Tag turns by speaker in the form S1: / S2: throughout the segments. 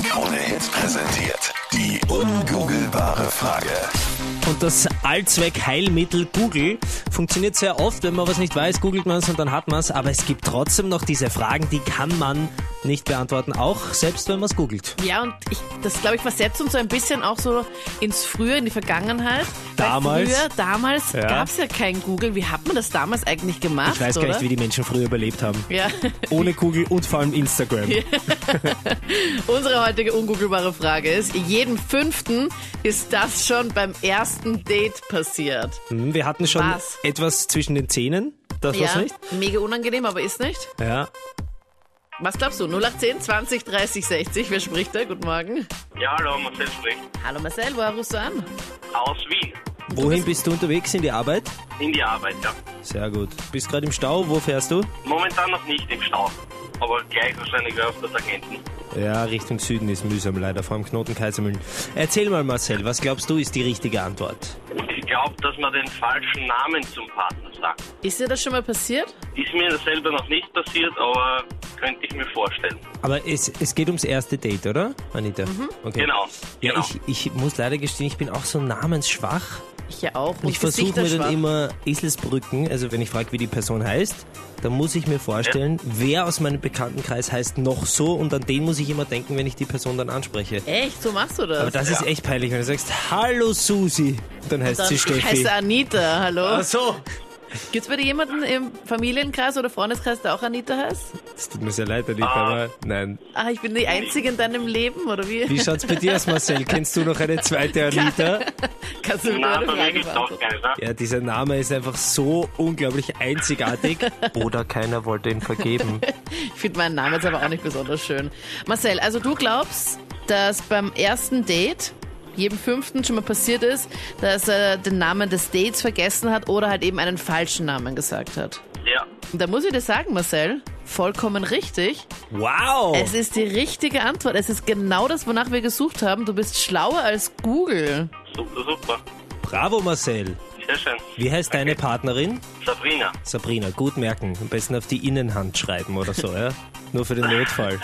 S1: Fritz präsentiert die ungoogelbare Frage.
S2: Und das Allzweckheilmittel Google funktioniert sehr oft. Wenn man was nicht weiß, googelt man es und dann hat man es. Aber es gibt trotzdem noch diese Fragen, die kann man nicht beantworten, auch selbst wenn man es googelt.
S3: Ja, und ich, das glaube ich versetzt uns so ein bisschen auch so ins Frühe, in die Vergangenheit. Weil
S2: Damals.
S3: Früher, damals
S2: Ja.
S3: gab es ja kein Google. Wie hat man das damals eigentlich gemacht?
S2: Ich weiß
S3: oder?
S2: gar nicht, wie die Menschen früher überlebt haben.
S3: Ja,
S2: Ohne Google und vor allem Instagram.
S3: unsere heutige ungoogelbare Frage ist, jeden fünften ist das schon beim ersten Date passiert.
S2: Hm, Wir hatten schon
S3: Was?
S2: etwas zwischen den Zähnen. Das war's
S3: ja,
S2: nicht?
S3: mega unangenehm, aber ist nicht.
S2: Ja.
S3: Was glaubst du? 0810 20 30 60, wer spricht da? Guten Morgen.
S4: Ja, hallo, Marcel spricht.
S3: Hallo Marcel, woher rufst du an?
S4: Aus Wien.
S2: Wohin bist du unterwegs in die Arbeit?
S4: In die Arbeit, ja.
S2: Sehr gut. Bist gerade im Stau. Wo fährst du?
S4: Momentan noch nicht im Stau. Aber gleich wahrscheinlich auf das Agenten.
S2: Ja, Richtung Süden ist mühsam leider, vor allem Knoten Kaisermühlen. Erzähl mal, Marcel, was glaubst du ist die richtige Antwort?
S4: Ich glaube, dass man den falschen Namen zum Partner sagt.
S3: Ist dir das schon mal passiert?
S4: Ist mir selber noch nicht passiert, aber könnte ich mir vorstellen.
S2: Aber es, es geht ums erste Date, oder, Anita? Okay.
S4: Genau.
S2: Ja,
S4: genau.
S2: ich, ich muss leider gestehen, ich bin auch so namensschwach.
S3: Ich ja auch.
S2: Und ich versuche mir dann immer Eselsbrücken, also wenn ich frage, wie die Person heißt, dann muss ich mir vorstellen, wer aus meinem Bekanntenkreis heißt noch so und an den muss ich immer denken, wenn ich die Person dann anspreche.
S3: Echt? So machst du das?
S2: Aber das ist echt peinlich, wenn du sagst, hallo Susi, und dann heißt also-
S3: Dann-
S2: sie Steffi.
S3: Ich heiße Anita, hallo.
S2: Ach so.
S3: Gibt's bei dir jemanden im Familienkreis oder Freundeskreis, der auch Anita heißt?
S2: Es tut mir sehr leid, Anita,
S4: Ah.
S2: aber nein,
S3: Ach, ich bin die Einzige in deinem Leben, oder wie?
S2: Wie schaut's bei dir aus, Marcel? Kennst du noch eine zweite Anita?
S3: Kannst du mir
S4: Na,
S3: eine
S4: bei mir
S3: Frage
S4: gibt's auch
S3: beantworten?
S4: keinen, ne?
S2: Ja, dieser Name ist einfach so unglaublich einzigartig. Oder keiner wollte ihn vergeben.
S3: Ich finde meinen Namen jetzt aber auch nicht besonders schön. Marcel, also du glaubst, dass beim ersten Date jedem fünften schon mal passiert ist, dass er den Namen des Dates vergessen hat oder halt eben einen falschen Namen gesagt hat.
S4: Ja.
S3: Und Da muss ich dir sagen, Marcel, vollkommen richtig.
S2: Wow!
S3: Es ist die richtige Antwort. Es ist genau das, wonach wir gesucht haben. Du bist schlauer als Google.
S4: Super, super.
S2: Bravo, Marcel!
S4: Sehr schön.
S2: Wie heißt deine Partnerin?
S4: Sabrina.
S2: Sabrina, gut merken. Am besten auf die Innenhand schreiben oder so, ja? Nur für den Notfall.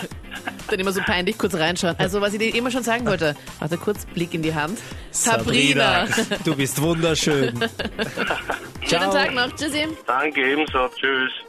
S3: Dann immer so peinlich kurz reinschauen. Also, was ich dir immer schon sagen wollte, warte kurz, Blick in die Hand.
S2: Sabrina, du bist wunderschön.
S3: Schönen Tag noch. Tschüssi.
S4: Danke ebenso. Tschüss.